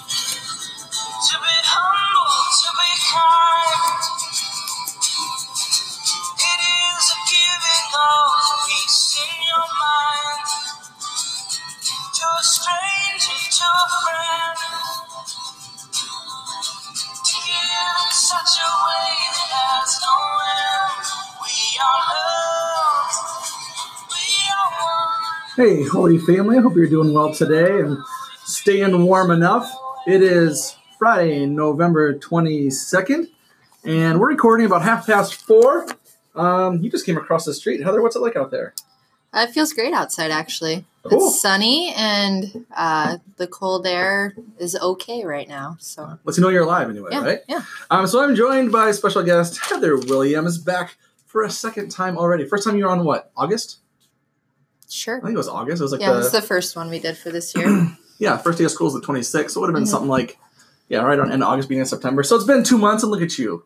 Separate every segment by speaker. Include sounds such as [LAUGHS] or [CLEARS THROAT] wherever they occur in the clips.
Speaker 1: To be humble, to be kind, it is a giving of peace in your mind. To a stranger, to a friend, to give in such a way that has no end. We are loved, we are one. Hey, holy family, I hope you're doing well today and staying warm enough. It is Friday, November 22nd. and we're recording about half past four. Um, you just came across the street, Heather. What's it like out there?
Speaker 2: Uh, It feels great outside, actually.
Speaker 1: Cool.
Speaker 2: It's sunny and uh, the cold air is okay right now. So,
Speaker 1: Let's know you're alive anyway,
Speaker 2: yeah,
Speaker 1: right?
Speaker 2: yeah.
Speaker 1: Um, so I'm joined by special guest Heather Williams, back for a second time already. First time you were on what? August? I
Speaker 2: Sure.
Speaker 1: think it was August. It was like
Speaker 2: Yeah, it
Speaker 1: the
Speaker 2: was the first one we did for
Speaker 1: [CLEARS THROAT]
Speaker 2: this year.
Speaker 1: yeah first day of school is the 26th, so it would have been
Speaker 2: Mhm.
Speaker 1: something like yeah, right on end of August, beginning of September. So it's been two months, and look at you.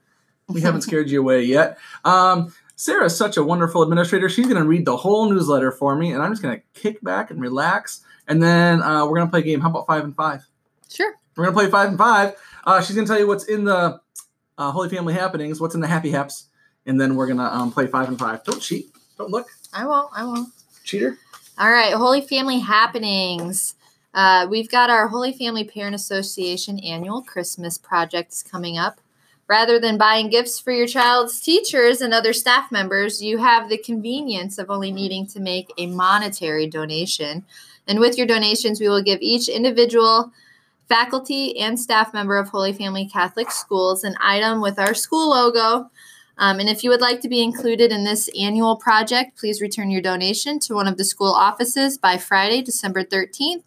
Speaker 1: We haven't scared you away yet. Um, Sarah's such a wonderful administrator. She's going to read the whole newsletter for me, and I'm just going to kick back and relax. And then uh, we're going to play a game. How about five and five?
Speaker 2: sure.
Speaker 1: We're going to play five and five. Uh, she's going to tell you what's in the uh, Holy Family happenings, what's in the Happy Haps, and then we're going to um, play five and five. Don't cheat. Don't look.
Speaker 2: I won't. I won't.
Speaker 1: Cheater.
Speaker 2: All right, Holy Family Happenings. Uh, we've got our Holy Family Parent Association annual Christmas project is coming up. Rather than buying gifts for your child's teachers and other staff members, you have the convenience of only needing to make a monetary donation. And with your donations, we will give each individual faculty and staff member of Holy Family Catholic Schools an item with our school logo. Um, and if you would like to be included in this annual project, please return your donation to one of the school offices by Friday, December 13th,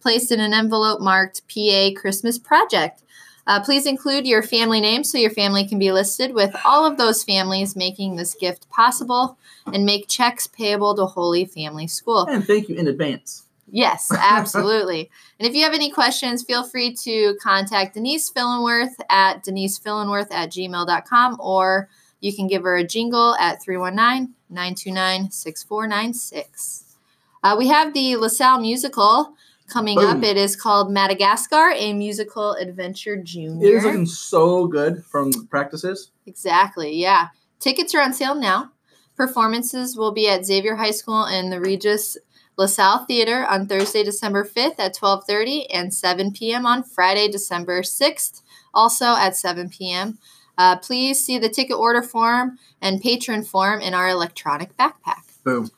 Speaker 2: placed in an envelope marked PA Christmas Project. Uh, please include your family name so your family can be listed with all of those families making this gift possible and make checks payable to Holy Family School.
Speaker 1: And thank you in advance. [LAUGHS]
Speaker 2: Yes, absolutely. and if you have any questions, feel free to contact Denise Fillenworth at denisefillenworth at gmail.com or you can give her a jingle at 319 929 6496. Uh, We have the LaSalle musical coming
Speaker 1: Boom.
Speaker 2: up. It is called Madagascar, a musical adventure
Speaker 1: It is
Speaker 2: junior.
Speaker 1: looking so good from practices.
Speaker 2: Exactly. Yeah. Tickets are on sale now. Performances will be at Xavier High School in the Regis LaSalle Theater on Thursday, December 5th at 12:30 and 7 p.m. on Friday, December 6th, also at 7 p.m. Uh, please see the ticket order form and patron form in our electronic backpack.
Speaker 1: Boom.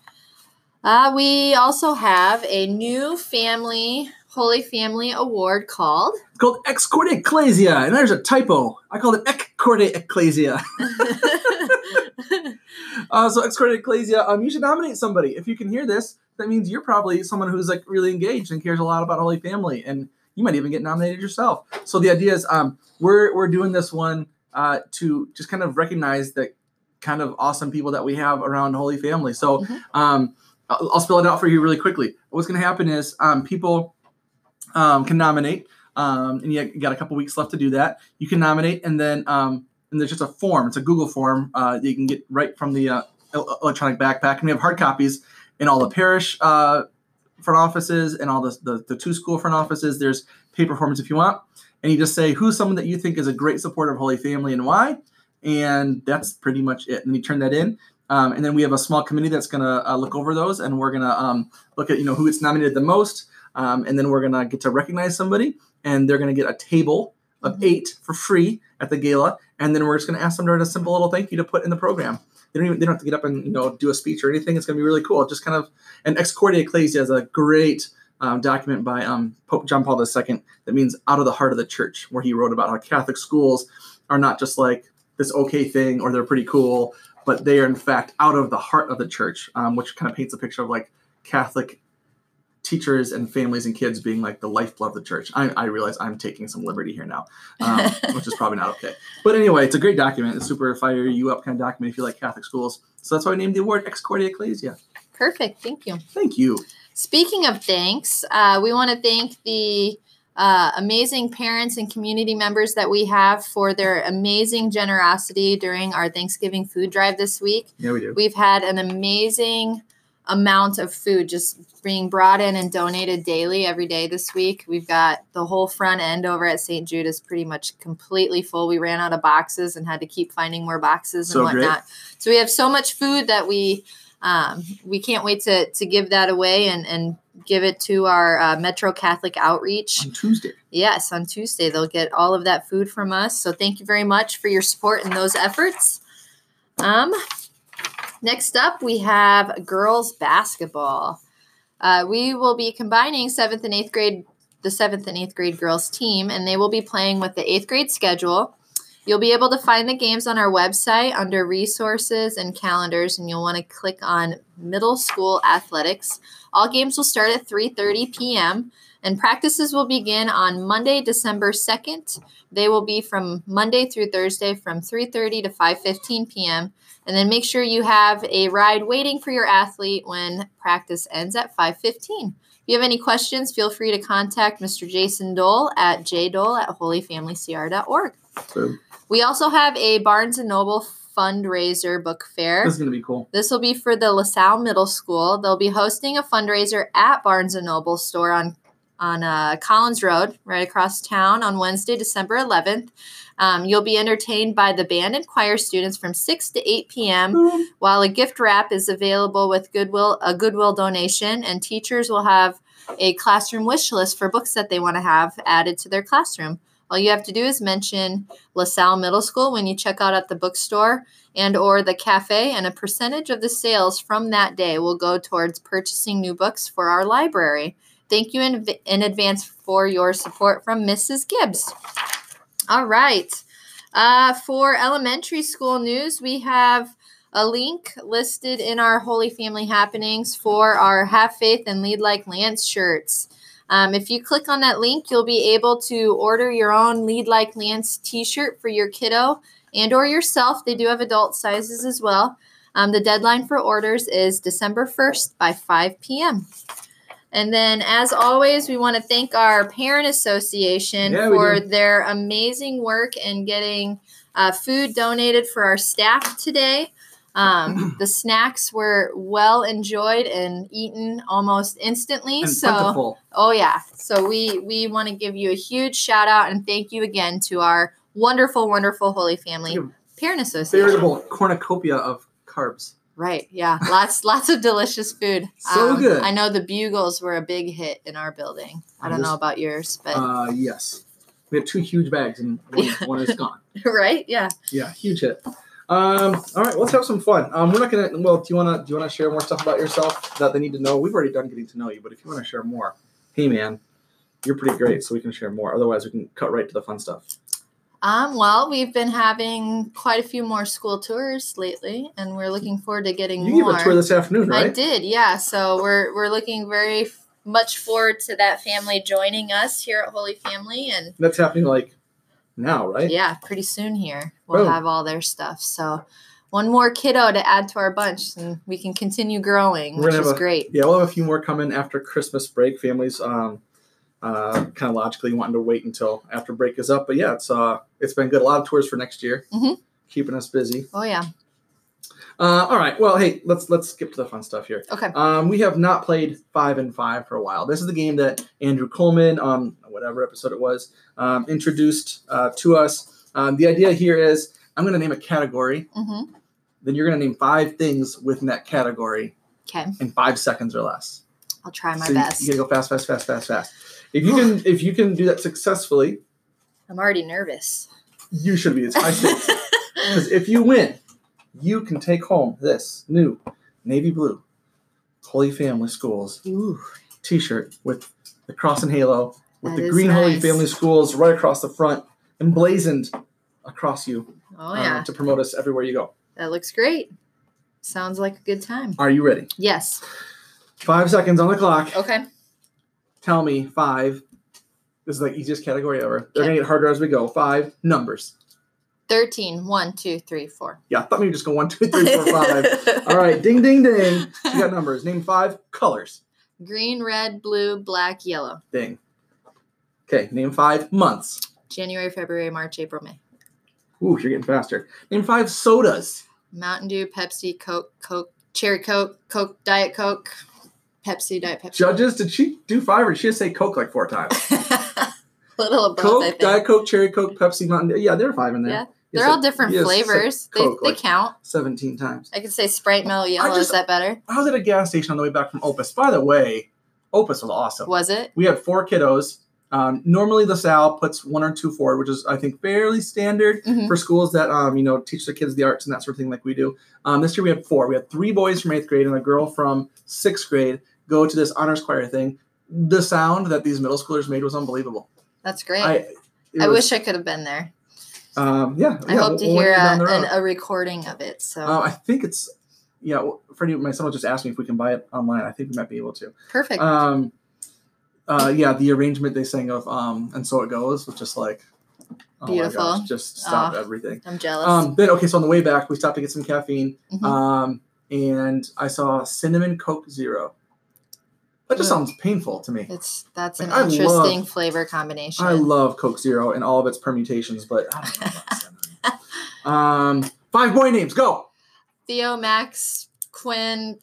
Speaker 2: Uh, we also have a new family Holy Family Award called
Speaker 1: It's called Ex Corde Ecclesia, and there's a typo. I called it Ec Corde Ecclesia. [LAUGHS] Uh, so Ex Corde Ecclesia, um, you should nominate somebody. If you can hear this, that means you're probably someone who's like really engaged and cares a lot about Holy Family, and you might even get nominated yourself. So the idea is, um, we're we're doing this one uh, to just kind of recognize the kind of awesome people that we have around Holy Family. So,
Speaker 2: Mhm.
Speaker 1: um, I'll, I'll spell it out for you really quickly. What's going to happen is, um, people um, can nominate, um, and you got a couple weeks left to do that. You can nominate, and then um, and there's just a form. It's a Google form uh, that you can get right from the uh, el- electronic backpack. And we have hard copies in all the parish uh, front offices and all the, the the two school front offices. There's paper forms if you want, and you just say who's someone that you think is a great supporter of Holy Family and why, and that's pretty much it. And you turn that in. Um, and then we have a small committee that's going to uh, look over those, and we're going to um, look at you know who gets nominated the most, um, and then we're gonna get to recognize somebody, and they're gonna get a table of
Speaker 2: Mhm.
Speaker 1: eight for free at the gala, and then we're just gonna ask them to write a simple little thank you to put in the program. They don't even they don't have to get up and you know do a speech or anything. It's gonna be really cool. Just kind of and Ex Cordia Ecclesia is a great um, document by um, Pope John Paul II that means out of the heart of the church, where he wrote about how Catholic schools are not just like this okay thing or they're pretty cool, but they are in fact out of the heart of the church, um, which kind of paints a picture of like Catholic teachers and families and kids being like the lifeblood of the church. I, I realize I'm taking some liberty here now, um, which is probably not okay. But anyway, it's a great document. It's super fire you up kind of document if you like Catholic schools. So that's why I named the award Ex Cordia Ecclesia.
Speaker 2: Perfect. Thank you.
Speaker 1: Thank you.
Speaker 2: Speaking of thanks, uh, we want to thank the uh, amazing parents and community members that we have for their amazing generosity during our Thanksgiving food drive this week.
Speaker 1: Yeah, we do.
Speaker 2: We've had an amazing amount of food just being brought in and donated daily every day this week. We've got the whole front end over at St. Jude is pretty much completely full. We ran out of boxes and had to keep finding more boxes and
Speaker 1: So great.
Speaker 2: whatnot. So we have so much food that we um, we can't wait to to give that away and and give it to our uh, Metro Catholic Outreach.
Speaker 1: on Tuesday.
Speaker 2: Yes, on Tuesday they'll get all of that food from us. So thank you very much for your support in those efforts. Um, next up we have girls basketball. Uh, we will be combining seventh and eighth grade, the seventh and eighth grade girls team, and they will be playing with the eighth grade schedule. You'll be able to find the games on our website under resources and calendars, and you'll want to click on middle school athletics. All games will start at 3:30 p.m and practices will begin on Monday, December 2nd. They will be from Monday through Thursday from 3:30 to 5:15 p.m. And then make sure you have a ride waiting for your athlete when practice ends at 5:15. If you have any questions, feel free to contact Mr. Jason Dole at jdole at holyfamilycr.org.
Speaker 1: So
Speaker 2: We also have a Barnes & Noble fundraiser book fair.
Speaker 1: this is gonna be cool.
Speaker 2: This will be for the LaSalle Middle School. They'll be hosting a fundraiser at Barnes and Noble store on on uh, Collins Road, right across town, on Wednesday, December 11th. Um, you'll be entertained by the band and choir students from 6 to 8 p.m while a gift wrap is available with goodwill a goodwill donation and teachers will have a classroom wish list for books that they want to have added to their classroom all you have to do is mention lasalle middle school when you check out at the bookstore and or the cafe and a percentage of the sales from that day will go towards purchasing new books for our library thank you in, in advance for your support from mrs gibbs all right uh, for elementary school news we have a link listed in our Holy Family Happenings for our Have Faith and Lead Like Lance shirts. Um, if you click on that link, you'll be able to order your own Lead Like Lance T-shirt for your kiddo and or yourself. They do have adult sizes as well. Um, the deadline for orders is December 1st by 5 p.m. And then, as always, we want to thank our parent association
Speaker 1: Yeah, we
Speaker 2: for
Speaker 1: do.
Speaker 2: their amazing work in getting uh, food donated for our staff today.
Speaker 1: [CLEARS THROAT]
Speaker 2: Um, the snacks were well enjoyed and eaten almost instantly.
Speaker 1: And
Speaker 2: so,
Speaker 1: plentiful.
Speaker 2: oh yeah, so we we want to give you a huge shout out and thank you again to our wonderful, wonderful Holy Family
Speaker 1: Like
Speaker 2: Parent Association.
Speaker 1: Veritable cornucopia of carbs.
Speaker 2: Right? Yeah, lots [LAUGHS] lots of delicious food. Um,
Speaker 1: So good.
Speaker 2: I know the bugles were a big hit in our building. I
Speaker 1: I'm
Speaker 2: don't know
Speaker 1: just-
Speaker 2: about yours, but
Speaker 1: Uh, yes. We have two huge bags and one, one is gone.
Speaker 2: [LAUGHS] right? Yeah.
Speaker 1: Yeah, huge hit. Um, all right, let's have some fun. Um, we're not gonna. Well, do you wanna do you wanna share more stuff about yourself that they need to know? We've already done getting to know you, but if you wanna share more, hey man, you're pretty great, so we can share more. Otherwise, we can cut right to the fun stuff.
Speaker 2: Um, well, we've been having quite a few more school tours lately, and we're looking forward to getting
Speaker 1: You
Speaker 2: more.
Speaker 1: gave a tour this afternoon,
Speaker 2: I
Speaker 1: right?
Speaker 2: did, yeah. So we're we're looking very f- much forward to that family joining us here at Holy Family, and
Speaker 1: That's happening like now, right?
Speaker 2: yeah, pretty soon here we'll
Speaker 1: Boom.
Speaker 2: have all their stuff. So one more kiddo to add to our bunch, and we can continue growing,
Speaker 1: We're
Speaker 2: which
Speaker 1: gonna
Speaker 2: is
Speaker 1: have a-
Speaker 2: great.
Speaker 1: Yeah, we'll have a few more coming after Christmas break. Families, um, uh, kind of logically wanting to wait until after break is up. But yeah, it's uh, it's been good. A lot of tours for next year,
Speaker 2: Mhm.
Speaker 1: keeping us busy.
Speaker 2: Oh yeah,
Speaker 1: Uh, all right. Well, hey, let's let's skip to the fun stuff here.
Speaker 2: okay.
Speaker 1: Um, we have not played five and five for a while. This is the game that Andrew Coleman, um, whatever episode it was, um, introduced uh, to us. Um, the idea here is I'm going to name a category,
Speaker 2: hmm
Speaker 1: then you're going to name five things within that category
Speaker 2: Okay,
Speaker 1: in five seconds or less.
Speaker 2: I'll try my
Speaker 1: so you-
Speaker 2: best.
Speaker 1: You, got to go fast, fast, fast, fast, fast. If you can, if you can do that successfully,
Speaker 2: I'm already nervous.
Speaker 1: you should
Speaker 2: [LAUGHS]
Speaker 1: be. It's high stakes. Because if you win, you can take home this new navy blue Holy Family Schools
Speaker 2: Ooh.
Speaker 1: T-shirt with the cross and halo with
Speaker 2: That
Speaker 1: the
Speaker 2: is
Speaker 1: green Holy
Speaker 2: nice.
Speaker 1: Family Schools right across the front, emblazoned across you
Speaker 2: Oh
Speaker 1: uh,
Speaker 2: yeah.
Speaker 1: to promote us everywhere you go.
Speaker 2: That looks great. Sounds like a good time.
Speaker 1: Are you ready?
Speaker 2: Yes.
Speaker 1: Five seconds on the clock.
Speaker 2: Okay.
Speaker 1: Tell me five. This is the easiest category ever. They're
Speaker 2: Okay.
Speaker 1: gonna get harder as we go. Five numbers.
Speaker 2: 13. 1, 2, 3, 4.
Speaker 1: Yeah, I thought maybe just go one, two, three,
Speaker 2: [LAUGHS]
Speaker 1: four, five. All right, ding, ding, ding. You got numbers. Name five colors.
Speaker 2: Green, red, blue, black, yellow.
Speaker 1: Ding. Okay, name five months.
Speaker 2: January, February, March, April, May.
Speaker 1: Ooh, you're getting faster. Name five sodas.
Speaker 2: Mountain Dew, Pepsi, Coke, Coke, Cherry Coke, Coke, Diet Coke, Pepsi, Diet Pepsi.
Speaker 1: Judges, did she do five or did she just say Coke like four times?
Speaker 2: [LAUGHS] Little of both, I
Speaker 1: Coke,
Speaker 2: think.
Speaker 1: Diet Coke, Cherry Coke, Pepsi Mountain. Yeah, there are five in there.
Speaker 2: Yeah.
Speaker 1: You
Speaker 2: They're
Speaker 1: said
Speaker 2: all different
Speaker 1: yes,
Speaker 2: flavors. They,
Speaker 1: Coke,
Speaker 2: they
Speaker 1: like-
Speaker 2: count.
Speaker 1: 17 times.
Speaker 2: I could say Sprite Mellow Yellow. Is
Speaker 1: just-
Speaker 2: that better?
Speaker 1: I was at a gas station on the way back from Opus. By the way, Opus was awesome.
Speaker 2: Was it?
Speaker 1: We had four kiddos. Um, normally, LaSalle puts one or two forward, which is, I think, fairly standard
Speaker 2: Mhm.
Speaker 1: for schools that, um, you know, teach their kids the arts and that sort of thing like we do. Um, this year, we had four. We had three boys from eighth grade and a girl from sixth grade go to this honors choir thing. The sound that these middle schoolers made was unbelievable.
Speaker 2: That's great.
Speaker 1: I,
Speaker 2: I,
Speaker 1: it was-
Speaker 2: wish I could have been there.
Speaker 1: Um, yeah,
Speaker 2: I
Speaker 1: yeah,
Speaker 2: hope
Speaker 1: we'll-
Speaker 2: to
Speaker 1: we'll link
Speaker 2: hear
Speaker 1: it down
Speaker 2: a,
Speaker 1: the road.
Speaker 2: an, uh, a recording of it. So
Speaker 1: Uh, I think it's yeah. well, Freddie, my son will just ask me if we can buy it online. I think we might be able to.
Speaker 2: perfect.
Speaker 1: Um, uh, yeah, the arrangement they sang of um, and so it goes was just like oh my
Speaker 2: Beautiful. Ah.
Speaker 1: gosh, just stopped
Speaker 2: Aw.
Speaker 1: everything.
Speaker 2: I'm jealous.
Speaker 1: Um, then okay, so on the way back we stopped to get some caffeine.
Speaker 2: Mhm.
Speaker 1: Um, and I saw cinnamon Coke Zero. That just
Speaker 2: Ugh.
Speaker 1: sounds painful to me.
Speaker 2: it's that's an
Speaker 1: like, I love-
Speaker 2: interesting flavor combination.
Speaker 1: I love Coke Zero and all of its permutations, but I don't know about cinnamon.
Speaker 2: [LAUGHS]
Speaker 1: Um, five boy names, go.
Speaker 2: Theo, Max, Quinn,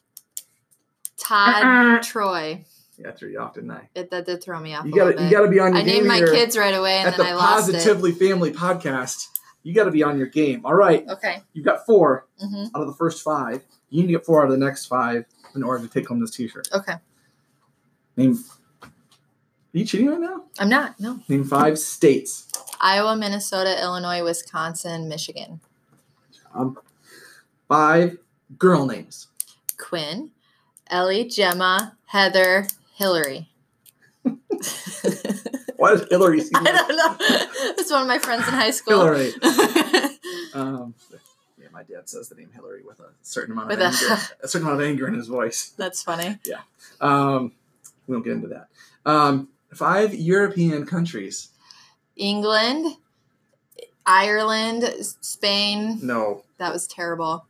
Speaker 2: Todd,
Speaker 3: Uh-uh.
Speaker 2: Troy.
Speaker 1: Yeah, I threw you off, didn't I?
Speaker 2: It, that did throw me off.
Speaker 1: You
Speaker 2: a little
Speaker 1: gotta, you
Speaker 2: bit.
Speaker 1: gotta be on your
Speaker 2: I named
Speaker 1: game
Speaker 2: my
Speaker 1: here.
Speaker 2: kids right away, and
Speaker 1: at
Speaker 2: then
Speaker 1: the
Speaker 2: I lost it.
Speaker 1: Positively Family podcast. You got to be on your game. All right,
Speaker 2: Okay.
Speaker 1: you've got four
Speaker 2: hmm
Speaker 1: out of the first five. You need to get four out of the next five in order to take home this T-shirt.
Speaker 2: Okay.
Speaker 1: Name. Are you cheating right now?
Speaker 2: I'm not. No.
Speaker 1: Name five states.
Speaker 2: Iowa, Minnesota, Illinois, Wisconsin, Michigan.
Speaker 1: Um, Five girl names.
Speaker 2: Quinn, Ellie, Gemma, Heather, Hillary. [LAUGHS]
Speaker 1: Why does Hillary seem
Speaker 2: [LAUGHS] I
Speaker 1: like
Speaker 2: don't know. It's one of my friends in high school.
Speaker 1: Hillary? Um, yeah, my dad says the name Hillary with a certain amount of
Speaker 2: With a [LAUGHS]
Speaker 1: anger, a certain amount of anger in his voice.
Speaker 2: [LAUGHS] That's funny.
Speaker 1: Um, we won't get into that. Um, five European countries.
Speaker 2: England, Ireland, Spain.
Speaker 1: No,
Speaker 2: That was terrible.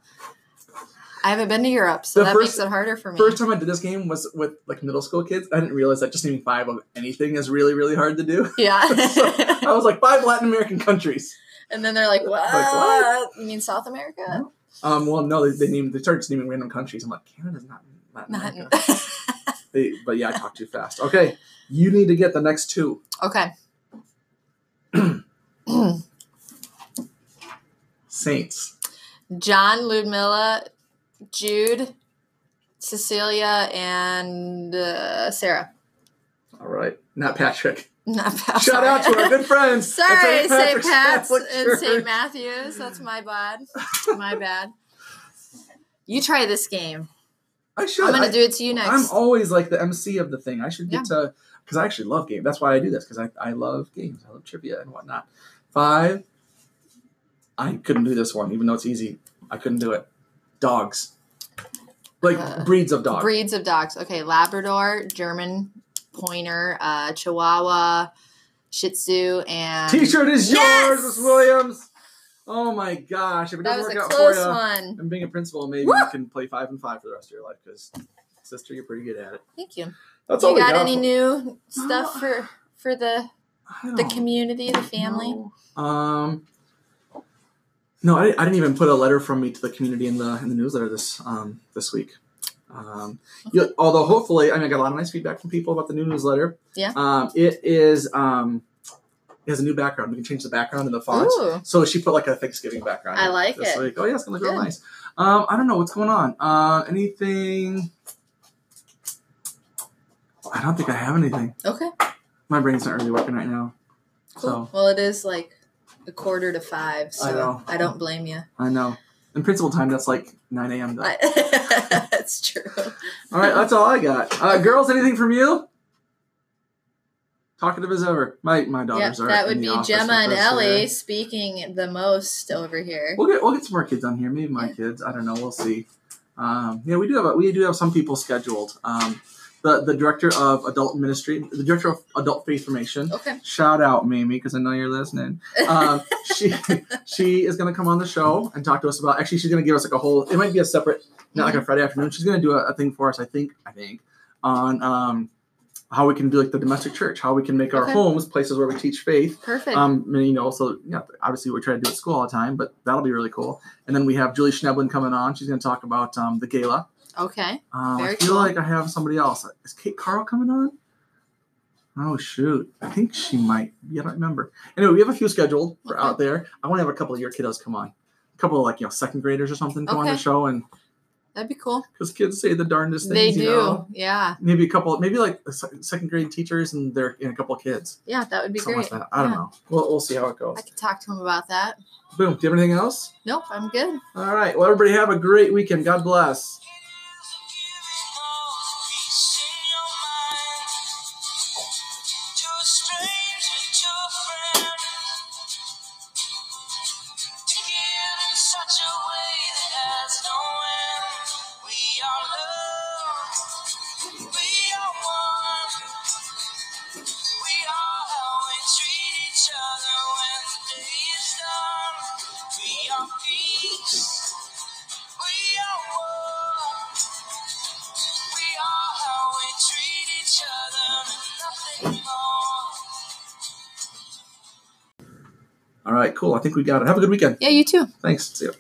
Speaker 2: I haven't been to Europe, so
Speaker 1: The
Speaker 2: that
Speaker 1: first-
Speaker 2: makes it harder for me.
Speaker 1: First time I did this game was with like middle school kids. I didn't realize that just naming five of anything is really, really hard to do.
Speaker 2: [LAUGHS]
Speaker 1: [LAUGHS]
Speaker 2: yeah.
Speaker 1: I was like five Latin American countries.
Speaker 2: and then they're like, what?
Speaker 1: what?
Speaker 2: You mean South America?
Speaker 1: Um, well, no, they, they named they started just naming random countries. I'm like, Canada's not in Latin [LAUGHS]
Speaker 2: Not-
Speaker 1: America. They- but yeah, I talked too fast. Okay, you need to get the next two.
Speaker 2: [LAUGHS] okay.
Speaker 1: Saints.
Speaker 2: John, Ludmilla, Jude, Cecilia, and uh, Sarah. [LAUGHS]
Speaker 1: All right, not Patrick.
Speaker 2: Not Pat.
Speaker 1: Shout out to our good friends. at
Speaker 2: Oh, [LAUGHS] Sorry, St.
Speaker 1: Patrick's
Speaker 2: Pat's
Speaker 1: Catholic
Speaker 2: and
Speaker 1: Church.
Speaker 2: St. Matthews. That's my bad.
Speaker 1: [LAUGHS]
Speaker 2: My bad. You try this game.
Speaker 1: I should.
Speaker 2: I'm gonna
Speaker 1: I-
Speaker 2: do it to you next.
Speaker 1: I'm always like the MC of the thing. I should get to because I actually love games. That's why I do this because I, I love games. I love trivia and whatnot. Five. I couldn't do this one, even though it's easy. I couldn't do it. Dogs, like
Speaker 2: Uh,
Speaker 1: breeds of dogs.
Speaker 2: Breeds of dogs. Okay, Labrador, German Pointer, uh, Chihuahua, Shih Tzu, and
Speaker 1: T-shirt is yours,
Speaker 2: Yes!
Speaker 1: Miss Williams. Oh my gosh! If it
Speaker 2: That
Speaker 1: doesn't
Speaker 2: was a
Speaker 1: work out for
Speaker 2: close
Speaker 1: you,
Speaker 2: one.
Speaker 1: and being a principal, maybe
Speaker 2: Woo!
Speaker 1: you can play five and five for the rest of your life because sister, you're pretty good at it.
Speaker 2: Thank you.
Speaker 1: That's all
Speaker 2: you
Speaker 1: we
Speaker 2: got
Speaker 1: got
Speaker 2: any
Speaker 1: for-
Speaker 2: new stuff for for the
Speaker 1: I
Speaker 2: the
Speaker 1: don't
Speaker 2: community, the family?
Speaker 1: No. Um, no, I, I didn't even put a letter from me to the community in the in the newsletter this um, this week. Um, you- although hopefully, I mean, I got a lot of nice feedback from people about the new newsletter.
Speaker 2: Yeah.
Speaker 1: Um, it is um, it has a new background. We can change the background and the font.
Speaker 2: Ooh,
Speaker 1: So she put like a Thanksgiving background.
Speaker 2: I
Speaker 1: in
Speaker 2: like
Speaker 1: this
Speaker 2: it.
Speaker 1: Week. Oh yeah, it's gonna look real
Speaker 2: Good.
Speaker 1: nice. Um, I don't know what's going on. Uh, anything? I don't think I have anything.
Speaker 2: okay,
Speaker 1: My brain's not really working right now.
Speaker 2: cool.
Speaker 1: So-
Speaker 2: Well, it is like a quarter to five, so I,
Speaker 1: know.
Speaker 2: don't blame you.
Speaker 1: I know. In principal time, that's like 9 a.m. though.
Speaker 2: I, [LAUGHS] that's true.
Speaker 1: all right, that's all I got. Uh, girls, anything from you? Talkative as ever. My my
Speaker 2: Yep,
Speaker 1: daughters are.
Speaker 2: that would
Speaker 1: in the
Speaker 2: be
Speaker 1: office
Speaker 2: Gemma and
Speaker 1: with us
Speaker 2: Ellie
Speaker 1: here.
Speaker 2: speaking the most over here.
Speaker 1: We'll get we'll get some more kids on here. Maybe my
Speaker 2: Yeah.
Speaker 1: kids. I don't know. We'll see. Um, yeah, we do have a, we do have some people scheduled. Um, the the director of adult ministry, the director of adult faith formation.
Speaker 2: Okay.
Speaker 1: Shout out Mamie because I know you're listening. um, she she is going to come on the show and talk to us about. Actually, she's going to give us like a whole. It might be a separate, not like a Friday afternoon. She's going to do a, a thing for us. I think. I think on um, how we can do like the domestic church, how we can make our
Speaker 2: Okay.
Speaker 1: homes places where we teach faith.
Speaker 2: Perfect.
Speaker 1: Um, and, you know, so yeah, obviously we try to do it at school all the time, but that'll be really cool. And then we have Julie Schneblin coming on. She's going to talk about um, the gala.
Speaker 2: okay.
Speaker 1: Um, I
Speaker 2: Very
Speaker 1: feel
Speaker 2: cool.
Speaker 1: like I have somebody else. Is Kate Carl coming on? Oh shoot! I think she might. Yeah, I don't remember. Anyway, we have a few scheduled for
Speaker 2: Okay.
Speaker 1: out there. I want to have a couple of your kiddos come on, a couple of like you know second graders or something come on
Speaker 2: Okay.
Speaker 1: the show, and
Speaker 2: That'd be cool.
Speaker 1: because kids say the darndest
Speaker 2: They
Speaker 1: things.
Speaker 2: do.
Speaker 1: You know?
Speaker 2: Yeah.
Speaker 1: Maybe a couple, maybe like the se- second grade teachers and their and a couple of kids.
Speaker 2: Yeah, that would be
Speaker 1: Something
Speaker 2: great.
Speaker 1: like that. I don't
Speaker 2: Yeah.
Speaker 1: know. We'll, we'll see how it goes.
Speaker 2: I could talk to him about that.
Speaker 1: Boom. Do you have anything else?
Speaker 2: Nope, I'm good.
Speaker 1: All right. Well, everybody have a great weekend. God bless.
Speaker 3: Such a way that has no end. We are loved. We are one. We are how we treat each other when the day is done. We are peace. We are war. We are how we treat each other and nothing more.
Speaker 1: All right. Cool. I think we got it. Have a good weekend.
Speaker 2: Yeah, you too.
Speaker 1: Thanks. See you.